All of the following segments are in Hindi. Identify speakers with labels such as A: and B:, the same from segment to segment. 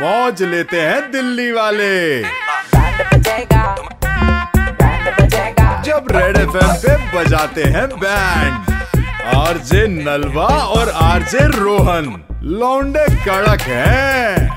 A: मौज लेते हैं दिल्ली वाले जब रेड एफ पे बजाते हैं बैंड आरजे नलवा और आरजे रोहन लौंडे कड़क हैं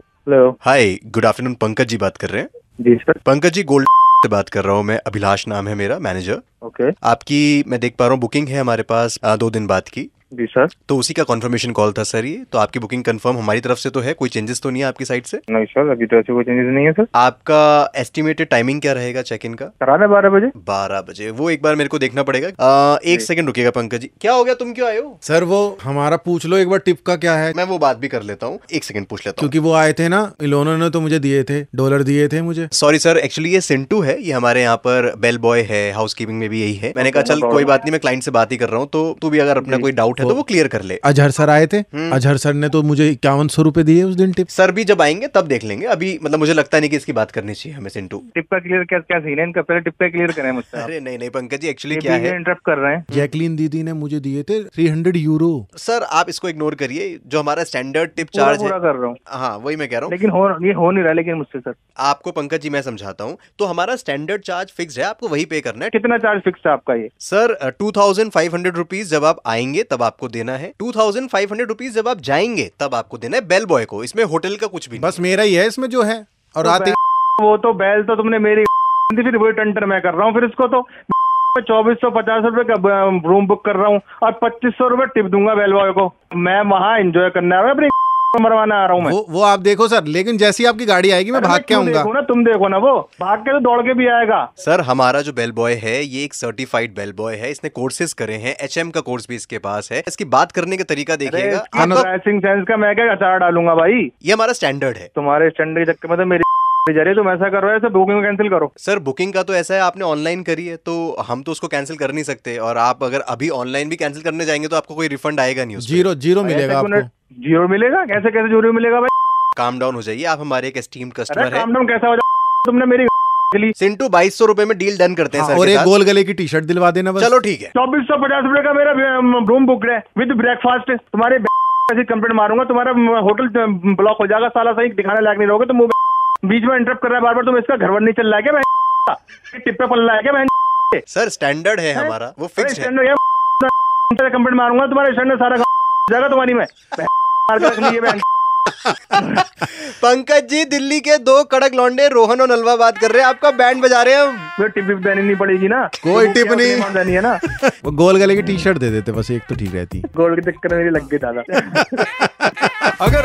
B: hello
C: hi good afternoon Pankaj ji बात कर रहे हैं
B: जी सर
C: पंकज जी गोल्ड से बात कर रहा हूँ मैं अभिलाष नाम है मेरा मैनेजर
B: ओके
C: आपकी मैं देख पा रहा हूँ बुकिंग है हमारे पास आ, दो दिन बाद की
B: जी सर
C: तो उसी का कॉन्फर्मेशन कॉल था सर ये तो आपकी बुकिंग कंफर्म हमारी तरफ से तो है कोई चेंजेस तो नहीं है आपकी साइड से
B: नहीं सर अभी तो ऐसे कोई चेंजेस नहीं है सर
C: आपका एस्टिमेटेड टाइमिंग क्या रहेगा चेक इन का
B: करा दें बारह बजे
C: बारह बजे वो एक बार मेरे को देखना पड़ेगा आ, एक सेकंड रुकिएगा पंकज जी क्या हो गया तुम क्यों आए हो
D: सर वो हमारा पूछ लो एक बार टिप का क्या है
C: मैं वो बात भी कर लेता हूँ एक सेकंड पूछ लेता हूँ
D: क्योंकि वो आए थे ना इलोनो ने तो मुझे दिए थे डॉलर दिए थे मुझे
C: सॉरी सर एक्चुअली ये सिंटू है ये हमारे यहाँ पर बेल बॉय है हाउस कीपिंग में भी यही है मैंने कहा चल कोई बात नहीं मैं क्लाइंट से बात ही कर रहा हूँ तो तू भी अगर अपना कोई डाउट है तो वो क्लियर कर ले
D: अजहर सर आए थे अजहर सर ने तो मुझे इक्यावन सौ रुपए दिए उस दिन टिप
C: सर भी जब आएंगे तब देख लेंगे अभी मतलब मुझे लगता नहीं कि इसकी बात करनी चाहिए हमें सिंटू
B: टिप का क्लियर क्या क्या सीन है इनका पहले टिप का क्लियर करें
D: हाँ।
B: मुझसे आप।
C: अरे नहीं नहीं पंकज जी एक्चुअली
B: ये
C: क्या है
B: इंटरप्ट कर रहे हैं
D: जैकलीन दीदी ने मुझे दिए थे थ्री हंड्रेड यूरो
C: सर आप इसको इग्नोर करिए जो हमारा स्टैंडर्ड टिप
B: पूरा
C: चार्ज है
B: पूरा कर रहा हूँ
C: हाँ वही मैं कह रहा हूँ
B: लेकिन हो ये हो नहीं रहा लेकिन मुझसे सर
C: आपको पंकज जी मैं समझाता हूँ तो हमारा स्टैंडर्ड चार्ज फिक्स है आपको वही पे करना है
B: कितना चार्ज फिक्स है आपका ये
C: sir two thousand five hundred rupees जब आप आएंगे तब आपको देना है two thousand five hundred rupees जब आप जाएंगे तब आपको देना है बेल बॉय को इसमें होटल का कुछ भी
D: बस मेरा ही है इसमें जो है और आते
B: तो वो तो बैल तो तुमने मेरी फिर वही टंटर मैं कर रहा हूँ फिर इसको तो चौबीस सौ पचास रूपए का रूम बुक कर रहा हूँ और पच्चीस सौ रूपए टिप दूंगा बेल बॉय को मैं वहाँ एंजॉय करने आ रहा हूँ अपनी मरवाना आ रहा हूँ मैं
D: वो वो आप देखो सर लेकिन जैसी आपकी गाड़ी आएगी मैं
B: अरे
D: भाग के
B: तुम
D: आऊंगा
B: देखो ना तुम देखो ना वो भाग के तो दौड़ के भी आएगा
C: सर हमारा जो बेल बॉय है ये एक सर्टिफाइड बेल बॉय है इसने कोर्सेज करे हैं एच का कोर्स भी इसके पास है इसकी बात करने का तरीका देखिएगा आपका
B: ड्रेसिंग सेंस का मैं क्या अचार डालूंगा भाई
C: ये हमारा स्टैंडर्ड है
B: तुम्हारे स्टैंडर्ड के चक्कर में तो मेरी जा रही है तुम ऐसा करो ऐसा बुकिंग कैंसिल करो
C: सर बुकिंग का तो ऐसा है आपने ऑनलाइन करी है तो हम तो उसको कैंसिल कर नहीं सकते और आप अगर अभी ऑनलाइन भी कैंसिल करने जाएंगे तो आपको कोई रिफंड आएगा नहीं उसमें
D: जीरो जीरो मिलेगा
B: ऐसे क्यों
D: आपको
B: नहीं- जीरो मिलेगा कैसे कैसे जीरो मिलेगा भाई
C: काम डाउन हो जाइए आप हमारे एक एस्टीम
B: अरे
C: कस्टमर है
B: काम डाउन कैसा हो जाए तुमने मेरी
C: सिंटू बाईस सौ रुपए में डील डन करते हैं
D: हाँ,
C: सर
D: और
C: के
D: एक
C: साथ।
D: गोल गले की टी शर्ट दिलवा देना बस
C: चलो ठीक है
B: चौबीस सौ पचास रूपए का मेरा रूम बुक है विद ब्रेकफास्ट तुम्हारे ऐसी कंप्लेंट मारूंगा तुम्हारा होटल ब्लॉक हो जाएगा साला सही दिखाने लायक नहीं रहोगे तुम वो बीच में इंटरप्ट कर रहा है बार बार तुम इसका घरवर नहीं चल रहा है क्या बहन टिप पे पल रहा है क्या बहन
C: सर स्टैंडर्ड है हमारा वो फिक्स है
B: स्टैंडर्ड है कंप्लेंट मारूंगा तुम्हारे स्टैंडर्ड सारा हो जाएगा तुम्हारी मैं बहन मार के रख ली है बहन।
C: पंकज जी दिल्ली के दो कड़क लौंडे रोहन और नलवा बात कर रहे हैं आपका बैंड बजा रहे हैं हम
B: मैं टिप भी देनी पड़ेगी ना
D: कोई
B: तो
D: टिप
B: क्या
D: नहीं।
B: मान देनी है ना
D: वो गोल गले की टी शर्ट दे देते बस एक तो ठीक रहती
B: गोल्ड के चक्कर में मेरी लग गई दादा
A: अगर